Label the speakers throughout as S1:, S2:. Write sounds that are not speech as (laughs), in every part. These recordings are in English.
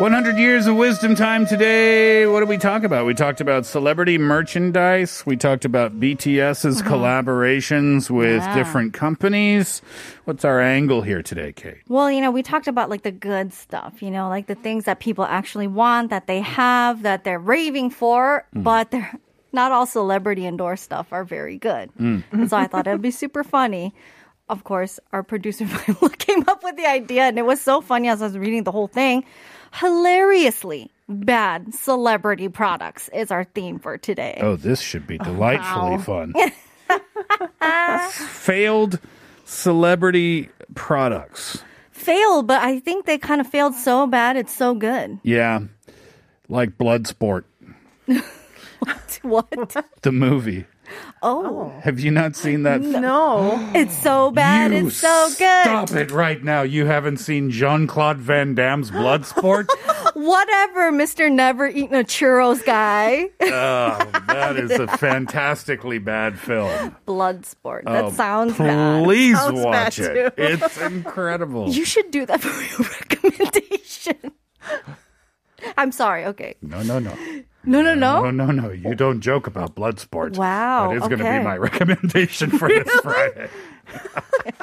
S1: 100 years of wisdom time today. What did we talk about? We talked about celebrity merchandise. We talked about BTS's collaborations with
S2: Yeah.
S1: different companies. What's our angle here today, Kate?
S2: Well, you know, we talked about like the good stuff, you know, like the things that people actually want, that they have, that they're raving for,
S1: Mm.
S2: but they're (laughs) not all celebrity endorsed stuff are very good.
S1: Mm.
S2: And so I thought it would be super funny. Of course, our producer (laughs) Viola came up with the idea, and it was so funny as I was reading the whole thing. Hilariously bad celebrity products is our theme for today.
S1: Oh, this should be delightfully fun. Failed celebrity products.
S2: Fail, but I think they kind of failed so bad, it's so good.
S1: Yeah. Like Bloodsport,
S2: (laughs) what?
S1: the movie.
S2: Oh,
S1: Have you not seen that?
S3: No.
S2: it's so bad,
S1: You
S2: it's so good.
S1: Stop it right now. You haven't seen Jean Claude Van Damme's
S2: (laughs)
S1: Bloodsport?
S2: Whatever, Mr. Never Eaten a Churros guy. (laughs)
S1: Oh, that is a fantastically bad film.
S2: Bloodsport.
S1: Oh,
S2: That sounds bad.
S1: Please
S3: Sounds
S1: watch
S3: bad,
S1: it. It's incredible.
S2: You should do that for (laughs) your recommendation. I'm sorry. Okay.
S1: No, no, no.
S2: No, no, no.
S1: No, no, no. You don't joke about Bloodsport.
S2: Oh. Wow,
S1: That is going to be
S2: okay.
S1: my (laughs) recommendation for this Friday. (laughs)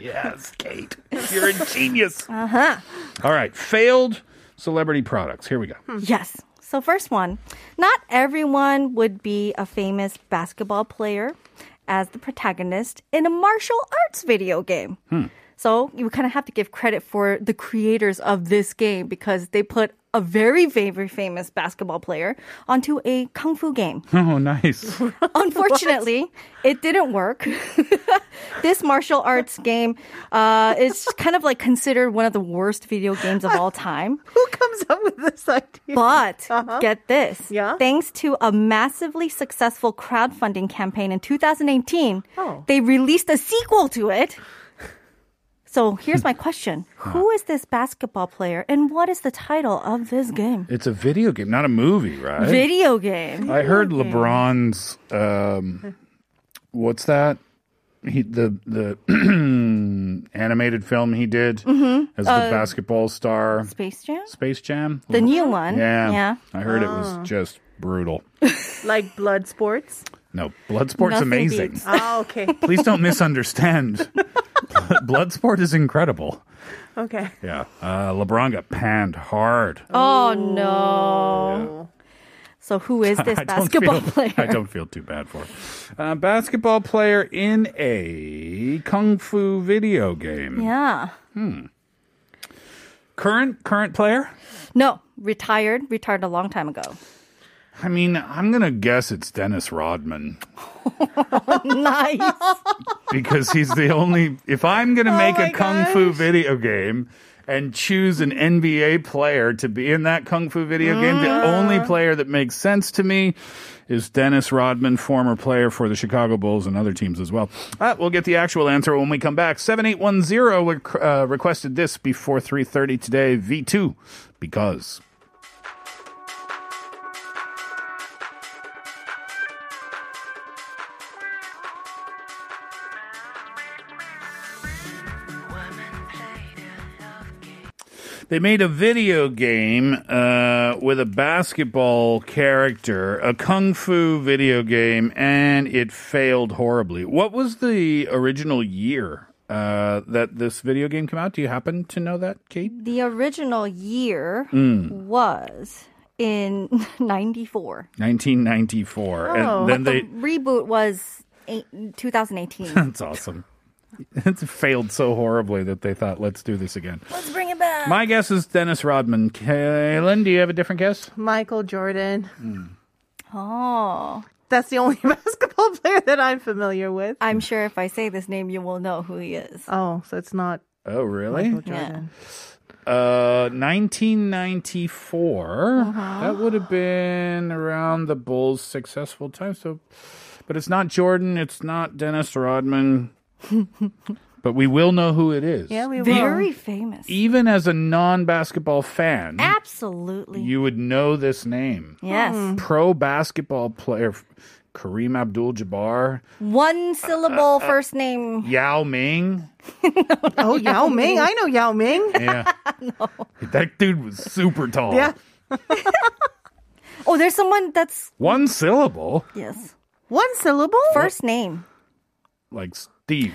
S1: yes,
S2: (laughs)
S1: Kate. You're a genius. Uh
S2: Uh-huh.
S1: huh. All right. Failed celebrity products. Here we go.
S2: Yes. So, first one not everyone would be a famous basketball player as the protagonist in a martial arts video game. So, you kind of have to give credit for the creators of this game because they put a very, very famous basketball player onto a kung fu game.
S1: (laughs) Oh, nice.
S2: (laughs) Unfortunately, it didn't work. (laughs) this martial arts game uh, is kind of like considered one of the worst video games of
S3: (laughs)
S2: all time.
S3: Who comes up with this idea? Uh-huh.
S2: But get this.
S3: Yeah?
S2: Thanks to a massively successful crowdfunding campaign in 2018,
S3: Oh.
S2: they released a sequel to it. So here's my
S3: (laughs)
S2: question Who is this basketball player and what is the title of this game?
S1: It's a video game, not a movie, right?
S2: Video game.
S1: I heard LeBron's um, what's that? He the the (clears throat) animated film he did
S2: Mm-hmm.
S1: as the basketball star,
S2: Space Jam?
S1: Space Jam.
S2: Uh, The new one.
S1: yeah,
S2: Yeah. Oh.
S1: I heard it was just brutal.
S3: like blood sports.
S1: No, Bloodsport's
S2: Nothing
S1: amazing.
S2: beats.
S3: Oh, (laughs) okay.
S1: Please don't
S2: (laughs)
S1: misunderstand. Bloodsport is incredible.
S3: Okay.
S1: Yeah, uh, LeBron got panned hard.
S2: Oh, no. So who
S1: (laughs)
S2: is this basketball
S1: feel,
S2: player?
S1: I don't feel too bad for it. Uh, basketball player in a kung fu video game.
S2: (laughs) Yeah.
S1: Current current player?
S2: No, retired, retired a
S1: (laughs)
S2: long time ago.
S1: I mean, I'm gonna guess it's Dennis Rodman
S2: nice.
S1: because he's the only. If I'm gonna make a
S3: Oh my
S1: kung
S3: gosh.
S1: fu video game and choose an NBA player to be in that kung fu video game, the
S3: Ah.
S1: only player that makes sense to me is Dennis Rodman, former player for the Chicago Bulls and other teams as well. Uh, we'll get the actual answer when we come back. Seven eight one zero uh, requested this before three thirty today. V two because. They made a video game uh, with a basketball character, a kung fu video game, and it failed horribly. What was the original year uh, that this video game came out? Do you happen to know that, Kate?
S2: (laughs) The original year
S1: Mm.
S2: was in (laughs) 94.
S1: 1994. and then they.
S2: Reboot was eight,
S1: (laughs)
S2: 2018.
S1: That's awesome. It failed so horribly that they thought, let's do this again.
S2: Let's bring it back.
S1: My guess is Dennis Rodman. Kaylin, do you have a different guess?
S3: Michael Jordan.
S2: Oh.
S3: That's the only (laughs) basketball player that I'm familiar with.
S2: I'm sure if I say this name, you will know who he is.
S3: Oh, so it's not
S1: Oh, really?
S3: Michael
S2: Yeah.
S3: Jordan.
S1: Uh, 1994.
S3: Uh-huh.
S1: That would have been around the Bulls' successful
S3: (laughs)
S1: time. So, but it's not Jordan. It's not Dennis Rodman. but we will know who it is.
S3: Yeah, we
S2: Very
S3: will.
S2: famous.
S1: Even as a non-basketball fan,
S3: Ah.
S2: Absolutely.
S1: you would know this name.
S2: yes.
S1: Pro basketball player Kareem Abdul-Jabbar,
S2: One
S1: Uh,
S2: syllable first name.
S1: Yao Ming.
S3: Oh, Yao Ming. I know
S1: (laughs)
S3: Yao Ming. (laughs)
S1: Yeah. That dude was super tall.
S3: Yeah.
S2: Oh, there's someone that's
S1: One syllable,
S2: yes.
S3: One syllable?
S2: First name.
S1: like Steve.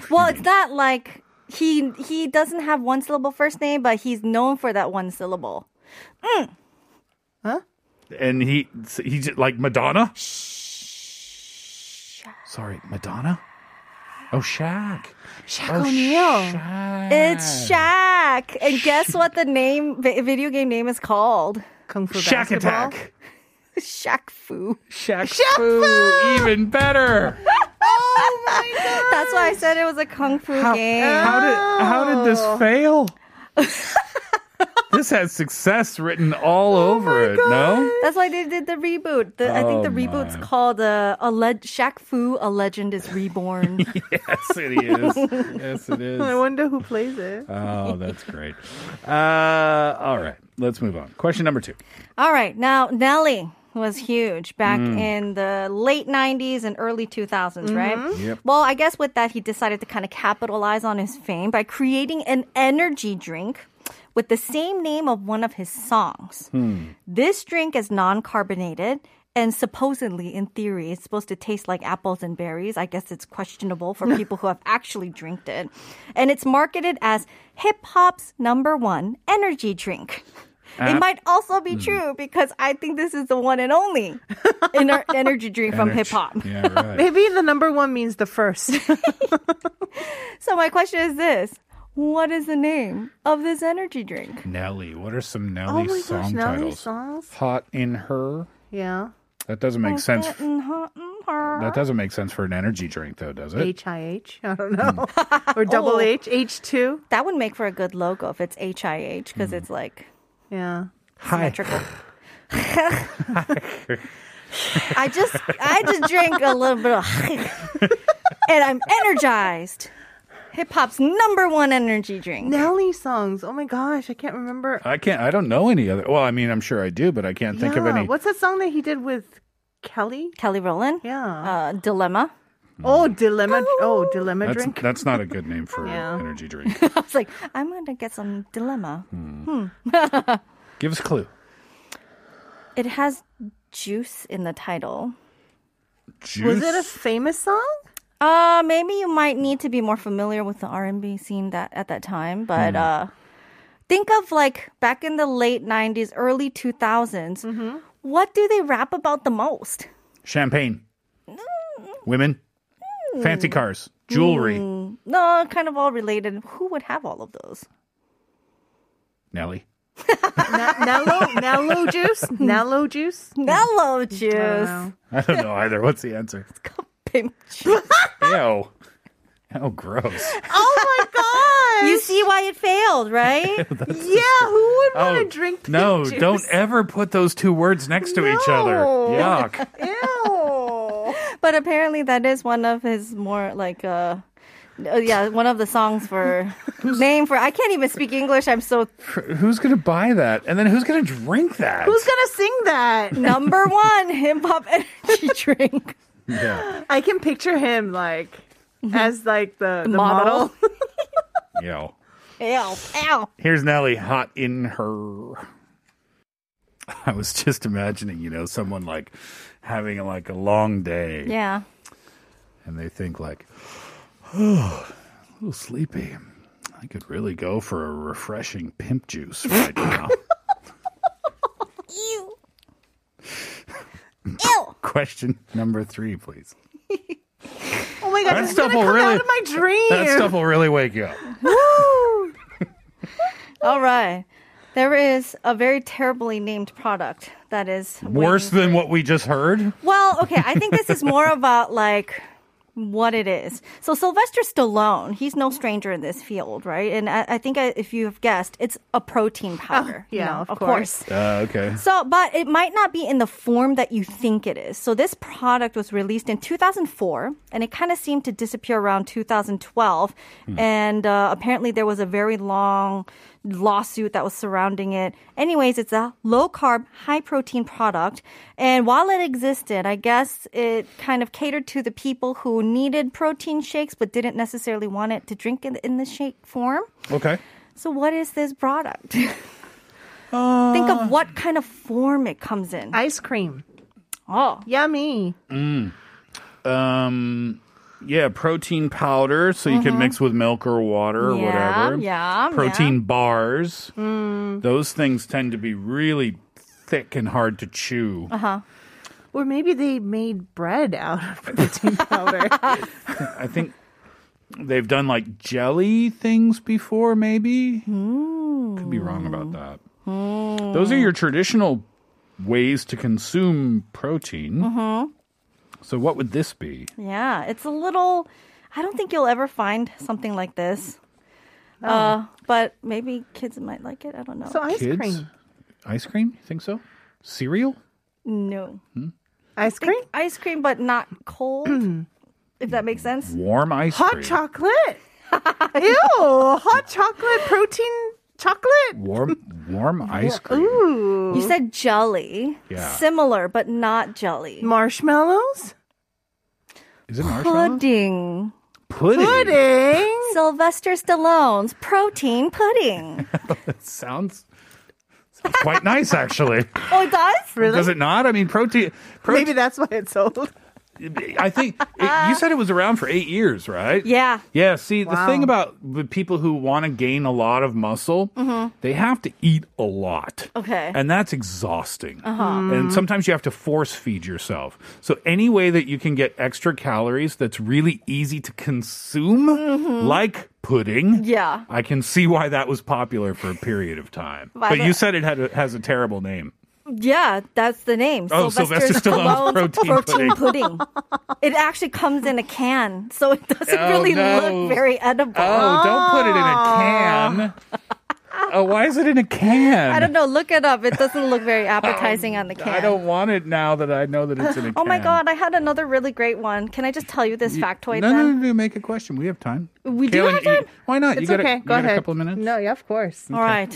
S2: Well,
S1: you
S2: it's not like he he doesn't have one syllable first name, but he's known for that one syllable.
S1: mean. and he he's like Madonna. Sorry, Madonna. Oh, Shaq.
S3: Shaq
S1: Oh,
S3: O'Neal.
S1: Shaq.
S2: It's
S3: Ah.
S2: Shaq. And guess what
S3: (laughs)
S2: the name vi- video game name is called?
S3: Kung Fu
S1: Shaq
S3: basketball.
S1: Attack.
S2: Shaq Fu.
S1: Shaq, Fu. Even better.
S2: (laughs)
S3: Oh my god.
S2: That's why I said it was a kung fu game.
S1: How did how did this fail? this has success written all over it. No.
S2: That's why they did the reboot. The, I think the
S1: Oh,
S2: reboot's
S1: my.
S2: called uh, a leg- Shaq Fu: A Legend Is
S1: (laughs)
S2: Reborn.
S1: Yes, it is. yes, it is.
S3: I wonder who
S1: (laughs)
S3: plays it.
S1: Oh, that's great. Uh, all right, let's move on. Question number two.
S2: All right, now Nelly was huge back in the late 90s and early 2000s, right?
S1: Yep.
S2: Well, I guess with that, he decided to kind of capitalize on his fame by creating an energy drink with the same name of one of his songs. This drink is non carbonated. And supposedly, in theory, it's supposed to taste like apples and berries. I guess it's
S1: (laughs)
S2: questionable for people who have actually drank it. And it's marketed as hip hop's number one energy drink. It
S1: App- Hmm.
S2: might also be true because I think this is the one and only
S1: (laughs)
S2: in our energy drink from hip
S1: Energy.
S2: hop.
S1: Yeah, right.
S3: Maybe the number one means the first. (laughs)
S2: So my question is this: What is the name of this energy drink?
S1: Nelly. What are some
S3: oh
S1: Nelly
S3: my gosh,
S1: song
S3: now
S1: titles?
S3: these songs.
S1: Hot in her.
S3: Yeah.
S1: That doesn't make sense. f-
S2: Getting hot in her.
S1: That doesn't make sense for an energy drink, though, does it?
S3: H I H. I don't
S1: (laughs)
S3: know. or
S2: Oh.
S3: double H. H two.
S2: That would make for a good logo if it's HIH
S1: Hmm.
S2: because it's like
S3: Yeah.
S1: Hi.
S2: symmetrical. I just I just drank a little bit of (laughs) and I'm energized. Hip hop's number one energy drink.
S3: Nelly songs. Oh my gosh, I can't remember.
S1: I can't. I don't know any other. Well, I mean, I'm sure I do, but I can't think of
S3: Yeah,
S1: any.
S3: What's that song that he did with Kelly?
S2: Kelly Rowland.
S3: Yeah.
S2: Uh, dilemma.
S3: oh, dilemma. Oh, dilemma
S1: That's
S3: drink.
S1: that's not a good
S3: (laughs)
S1: name for
S3: Yeah.
S1: an energy
S3: (laughs)
S1: drink.
S2: I was like, I'm gonna get some dilemma.
S1: Give us a clue.
S2: It has juice in the title.
S1: Juice.
S3: Was it a famous song?
S2: Uh, maybe you might need to be more familiar with the R&B scene that at that time, but uh, think of like back in the late '90s, early 2000s. What do they rap about the most? Mm,
S1: Champagne. Women. Fancy cars. Jewelry.
S2: No, kind of all related. Who would have all of those?
S1: Nelly.
S3: Na-
S1: (laughs)
S3: Nello, Nello juice. Nello juice.
S2: Hmm. Mellow juice,
S3: Wow.
S1: I don't know either. What's the answer?
S2: pimp juice.
S1: Ew. How
S3: (laughs)
S1: gross.
S3: Oh my
S2: (laughs)
S3: gosh.
S2: you see why it failed, right?
S3: yeah. Who would want to drink? pink
S1: Oh, no,
S3: juice?
S1: don't (laughs) ever put those two words next to each other.
S3: No.
S1: Yuck.
S3: Ew.
S2: (laughs) But apparently, that is one of his more like, uh, uh, yeah, one of the songs (laughs) for name for. I can't even speak English. I'm so
S1: who's going to buy that? And then who's going to drink that?
S3: Who's gonna sing that? (laughs)
S2: number one hip hop energy drink.
S1: (laughs) yeah.
S3: I can picture him like as like the, the model.
S2: model.
S1: Ew.
S2: Ow, ow.
S1: Here's Nelly hot in her. I was just imagining, you know, someone like having like a long day
S2: Yeah.
S1: and they think like, (sighs) oh, a little sleepy. I could really go for a refreshing pimp juice right
S2: (laughs)
S1: now. (laughs)
S2: Ew. Ew.
S1: Question number three, please.
S3: Oh my god,
S1: That
S3: it's
S1: stuff will
S3: gonna come
S1: really-
S3: out of my dream.
S1: That stuff will really wake you up.
S2: All right. There is a very terribly named product that is
S1: Worse than what we just heard?
S2: Well, okay, I think this is more about like what it is. So Sylvester Stallone, he's no stranger in this field, right? And I, I think I, if you've guessed, it's a protein powder.
S3: Oh, yeah,
S2: you know,
S3: of course.
S1: Uh, okay.
S2: So, but it might not be in the form that you think it is. So, this product was released in 2004, and it kind of seemed to disappear around 2012. And uh, apparently, there was a very long lawsuit that was surrounding it. Anyways, it's a low carb, high protein product. And while it existed, I guess it kind of catered to the people who needed protein shakes but didn't necessarily want it to drink it in the shake form.
S1: Okay.
S2: So, what is this product?
S1: Uh.
S2: Think of what kind of form it comes in.
S3: Ice cream.
S2: oh,
S3: Yummy.
S1: Um, yeah, protein powder, so you can mix with milk or water or
S2: Mm-hmm. Yeah,
S1: whatever.
S2: yeah, Mm.
S1: Protein bars. Those things tend to be really thick and hard to chew.
S2: Uh-huh.
S3: Or maybe they made bread out of (laughs) protein
S1: (laughs)
S3: powder.
S1: I think they've done like jelly things before, maybe. Could be wrong about that.
S2: Mm.
S1: Those are your traditional ways to consume protein.
S2: Mm-hmm.
S1: So, what would this be?
S2: yeah. It's a little. I don't think you'll ever find something like this. Uh, but maybe kids might like it. I don't know.
S3: so ice
S1: Kids?
S3: cream.
S1: Ice cream? You think so? Cereal?
S2: no
S3: Ice cream?
S2: ice cream, but not cold. if that makes sense.
S1: Warm ice
S3: Hot
S1: cream? (laughs)
S3: chocolate. Ew. Hot chocolate protein chocolate.
S1: warm,
S3: (laughs)
S1: warm ice cream.
S3: Ooh.
S2: You said jelly,
S1: Yeah.
S2: similar but not jelly.
S3: Marshmallows?
S1: Is it marshmallow?
S2: Pudding.
S1: Pudding.
S3: Pudding.
S2: Sylvester Stallone's protein
S1: (laughs)
S2: pudding.
S1: Sounds, sounds quite nice,
S3: (laughs)
S1: actually.
S2: oh, it does?
S1: Does it not? I mean, protein. protein
S3: Maybe that's why it's sold.
S1: I think it, you said it was around for eight years, right?
S2: Yeah.
S1: Yeah. See, the
S3: Wow.
S1: thing about the people who want to gain a lot of muscle, they have to eat a lot.
S2: Mm-hmm. Okay. Uh-huh. Mm-hmm.
S1: And that's exhausting. And sometimes you have to force feed yourself. So any way that you can get extra calories that's really easy to consume, like pudding.
S2: Mm-hmm. Yeah.
S1: I can see why that was popular for a period of time.
S2: Why
S1: but
S2: the-
S1: you said it had a, has a terrible name.
S2: Yeah, that's the name.
S1: Oh, Sylvester Stallone's protein
S2: pudding. it actually comes in a can, so it doesn't
S1: Oh,
S2: really
S1: no.
S2: look very edible. Ah.
S1: Oh, don't put it in a can.
S2: (laughs)
S1: Oh, why is it in a can?
S2: I don't know. Look it up. It doesn't look very appetizing on the can.
S1: Oh, I don't want it now that I know that it's in a can.
S2: Oh my god! I had another really great one. Can I just tell you this factoid?
S1: No,
S2: then?
S1: no, no, no, make a question. We have time.
S2: We do have
S1: you-
S2: time?
S1: why not? you
S3: It's
S1: got,
S3: okay.
S1: a, you
S3: Go
S1: got
S3: ahead.
S1: a couple of minutes?
S3: No, yeah, of course.
S2: All right.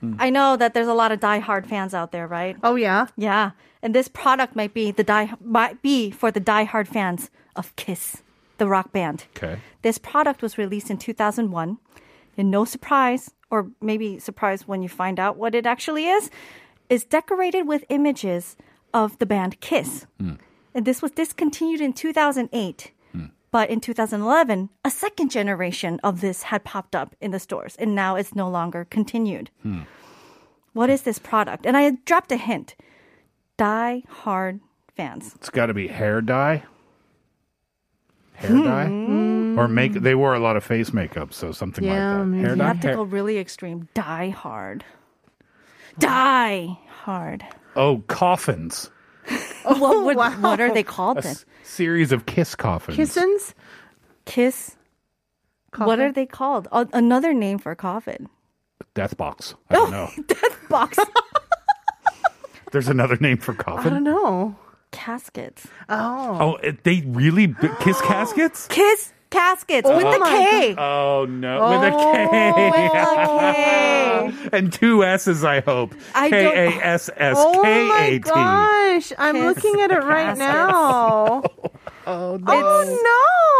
S1: Hmm.
S2: I know that there's a lot of die-hard fans out there, right?
S3: Oh yeah.
S1: Mm.
S2: Yeah, and this product might be the die might be for the die-hard fans of Kiss, the rock band.
S1: Okay.
S2: This product was released in 2001, and no surprise, or maybe surprise when you find out what it actually is, is decorated with images of the band Kiss. And this was discontinued in 2008. But in 2011, a second generation of this had popped up in the stores, and now it's no longer continued. What is this product? And I dropped a hint. Die hard fans.
S1: It's got to be hair dye. Hair dye? Or make. They wore a lot of face makeup, so something
S3: Hmm. Yeah,
S1: like that.
S3: maybe.
S1: Hair
S2: You
S1: dye?
S2: have to
S1: Hair-
S2: go really extreme. Die hard. Die (laughs) hard.
S1: oh, coffins.
S2: what, would,
S3: wow.
S2: what are they called
S1: A
S2: then?
S1: s- series of kiss coffins.
S3: Kissins.
S2: Kiss. What are they called? A- another name for (laughs) coffin.
S1: Death box. I don't
S3: (laughs)
S1: know.
S2: Box.
S1: There's another name for
S3: I
S1: coffin.
S3: don't know.
S2: (laughs) Caskets.
S3: Oh.
S1: Oh, it- they really b- kiss caskets?
S2: Kiss caskets with the
S3: my
S2: K.
S1: Oh no, with a
S3: Oh,
S1: K.
S2: With the (laughs) K.
S1: and two S's, I hope.
S2: I
S1: K
S2: don't-
S1: A S S
S3: Oh
S1: K
S3: my
S1: A T.
S3: gosh. I'm
S2: Kiss
S3: looking at it
S1: (laughs)
S2: caskets.
S3: right now.
S2: It's
S3: Oh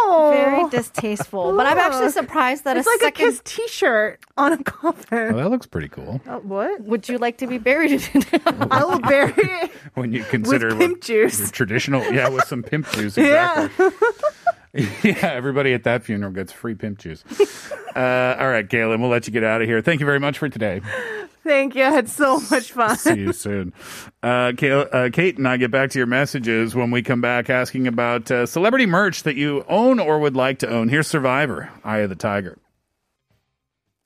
S3: no.
S2: very distasteful. But I'm actually surprised that
S3: it's
S2: a
S3: like
S2: second.
S3: a kiss t-shirt on a coffin.
S1: that looks pretty cool
S3: Oh, what?
S2: Would you like to be buried in it? (laughs)
S3: I will bury it.
S1: when you consider
S3: pimp
S1: what-
S3: juice.
S1: your traditional. Yeah, with some pimp (laughs) juice.
S3: Yeah.
S1: Exactly. (laughs) yeah, everybody at that funeral gets free pimp (laughs) juice. Uh, all right, Galen, we'll let you get out of here. Thank you very much for today.
S3: Thank you. I had so much fun.
S1: See (laughs) you soon. Uh, Kate, uh, Kate and I get back to your messages when we come back asking about uh, celebrity merch that you own or would like to own. Here's Survivor, Eye of the Tiger.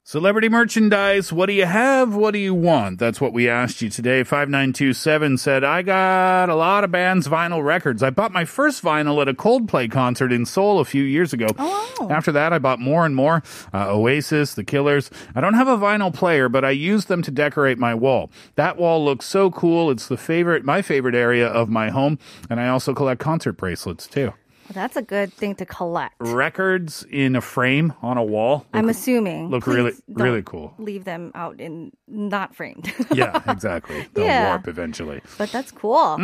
S1: Celebrity merchandise, what do you have? What do you want? That's what we asked you today. 5927 said, I got a lot of bands' vinyl records. I bought my first vinyl at a Coldplay concert in Seoul a few years ago.
S2: Oh.
S1: After that, I bought more and more uh, Oasis, The Killers. I don't have a vinyl player, but I use them to decorate my wall. That wall looks so cool. It's the favorite, my favorite area of my home. And I also collect concert bracelets too.
S2: Well, that's a good thing to collect.
S1: Records in a frame on a wall.
S2: I'm assuming.
S1: look
S2: Please
S1: really-
S2: don't
S1: really cool.
S2: Leave them out in not framed.
S1: yeah,
S2: (laughs)
S1: exactly. They'll
S2: Yeah.
S1: warp eventually. (laughs)
S2: But that's cool.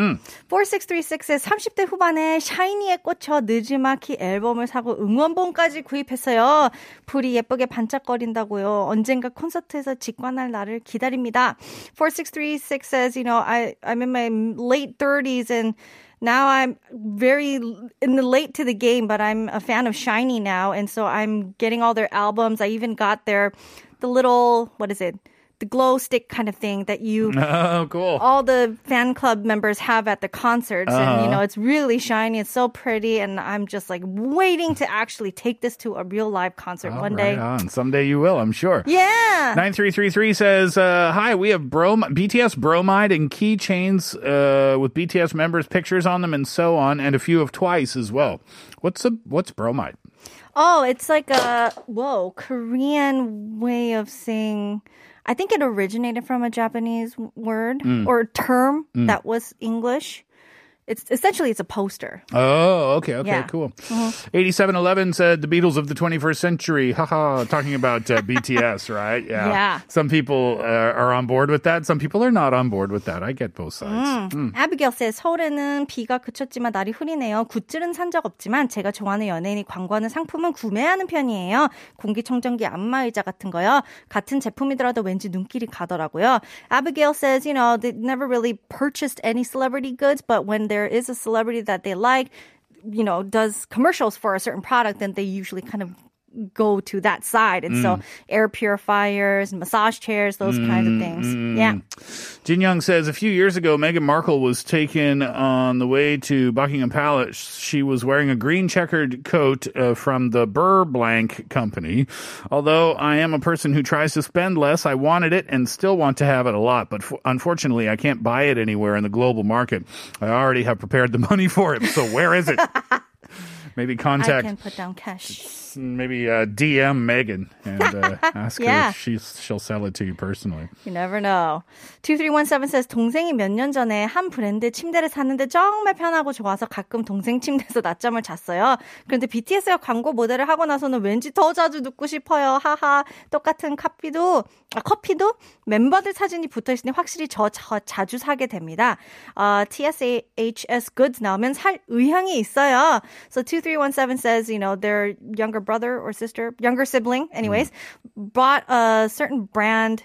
S2: 4636에 30대 후반에 샤이니에 꽂혀 느즈마키 앨범을 사고 응원봉까지 구입했어요. 불이 예쁘게 반짝거린다고요. 언젠가 콘서트에서 직관할 날을 기다립니다. 4636 says, you know, I, I'm in my late 30s and now I'm very in the late to the game, but I'm a fan of Shiny now. And so I'm getting all their albums. I even got their, the little, what is it? The glow stick kind of thing that you
S1: Oh, cool.
S2: all the fan club members have at the concerts and you know it's really shiny it's so pretty and i'm just like waiting to actually take this to a real live concert
S1: Oh,
S2: one
S1: right
S2: day
S1: on. Someday you will, I'm sure.
S2: yeah
S1: 9333 says, uh, Hi, we have brom- BTS bromide and keychains uh, with BTS members' pictures on them and so on, and a few of twice as well. What's a, what's bromide?
S2: oh it's like a whoa korean way of saying i think it originated from a japanese w- word or term that was english it's essentially it's a poster
S1: Oh, okay, okay,
S2: Yeah. Mm-hmm.
S1: cool. 8711 said, The Beatles of the 21st Century. Haha, talking about
S2: (laughs)
S1: uh, BTS, right? Yeah.
S2: Yeah.
S1: Some people uh, are on board with that, some people are not on board with that. I get both sides.
S2: Mm. 아비게일 says 서울에는 비가 그쳤지만 날이 흐리네요. 굿즈는 산 적 없지만 제가 좋아하는 연예인이 광고하는 상품은 구매하는 편이에요. 공기청정기 안마의자 같은 거요. 같은 제품이더라도 왠지 눈길이 가더라고요. Abigail says, you know, they never really purchased any celebrity goods, but when there is a celebrity that they like, you know, does commercials for a certain product, then they usually kind of go to that side. And so air purifiers, massage chairs, those kinds of things. Yeah.
S1: Jin Young says a few years ago, Meghan Markle was taken on the way to Buckingham Palace. She was wearing a green checkered coat uh, from the Burr Blank Company. Although I am a person who tries to spend less, I wanted it and still want to have it a lot. But f- unfortunately, I can't buy it anywhere in the global market. I already have prepared the (laughs) money for it. So where is
S2: (laughs)
S1: it? Maybe
S2: I
S1: contact
S2: can put down cash.
S1: maybe uh, DM Megan and uh,
S2: (laughs)
S1: ask her
S2: Yeah.
S1: if she's, she'll sell it to you personally.
S2: You never know. 2317 says 동생이 몇 년 전에 한 브랜드 침대를 샀는데 정말 편하고 좋아서 가끔 동생 침대에서 낮잠을 잤어요. 그런데 BTS가 광고 모델을 하고 나서는 왠지 더 자주 눕고 싶어요. 하하. 똑같은 커피도 아, 커피도 멤버들 사진이 붙어 있으니 확실히 저, 저 자주 사게 됩니다. 아, TSHS goods 나오면 살 의향이 있어요. So 2317 says, you know, their younger brother or sister, younger sibling, anyways, bought a certain brand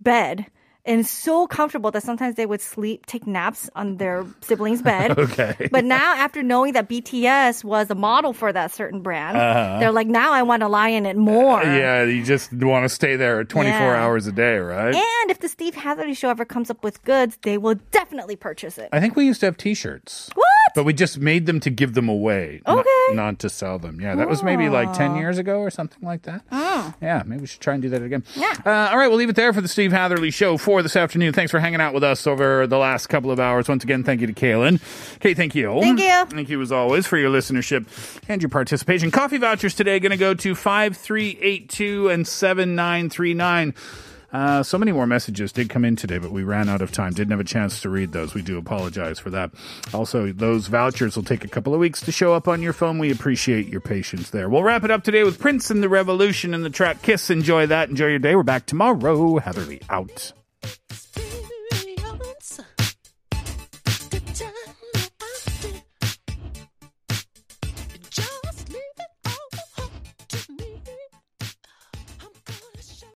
S2: bed and so comfortable that sometimes they would sleep, take naps on their siblings' bed.
S1: (laughs) Okay.
S2: But now, after knowing that BTS was a model for that certain brand, they're like, now I want to lie in it more.
S1: Uh-huh. Uh, Yeah, you just want to stay there 24
S2: Yeah.
S1: hours a day, right?
S2: And if the Steve Hatherley show ever comes up with goods, they will definitely purchase it.
S1: I think we used to have T-shirts. What? But we just made them to give them away, not-
S2: Okay. Oh.
S1: not, to sell them. Yeah, that was maybe like 10 years ago or something like that. Yeah, maybe we should try and do that again. Yeah. Uh, all right, we'll leave it there for the Steve Hatherley Show for this afternoon. Thanks for hanging out with us over the last couple of hours. Once again, thank you to Kaylin. Kate, thank you.
S2: Thank you.
S1: Thank you as always for your listenership and your participation. Coffee vouchers today going to go to 5382 and 7939. Uh, so many more messages did come in today, but we ran out of time. Didn't have a chance to read those. We do apologize for that. Also, those vouchers will take a couple of weeks to show up on your phone. We appreciate your patience there. We'll wrap it up today with Prince and the Revolution and the track Kiss. Enjoy that. Enjoy your day. We're back tomorrow. Heatherly out.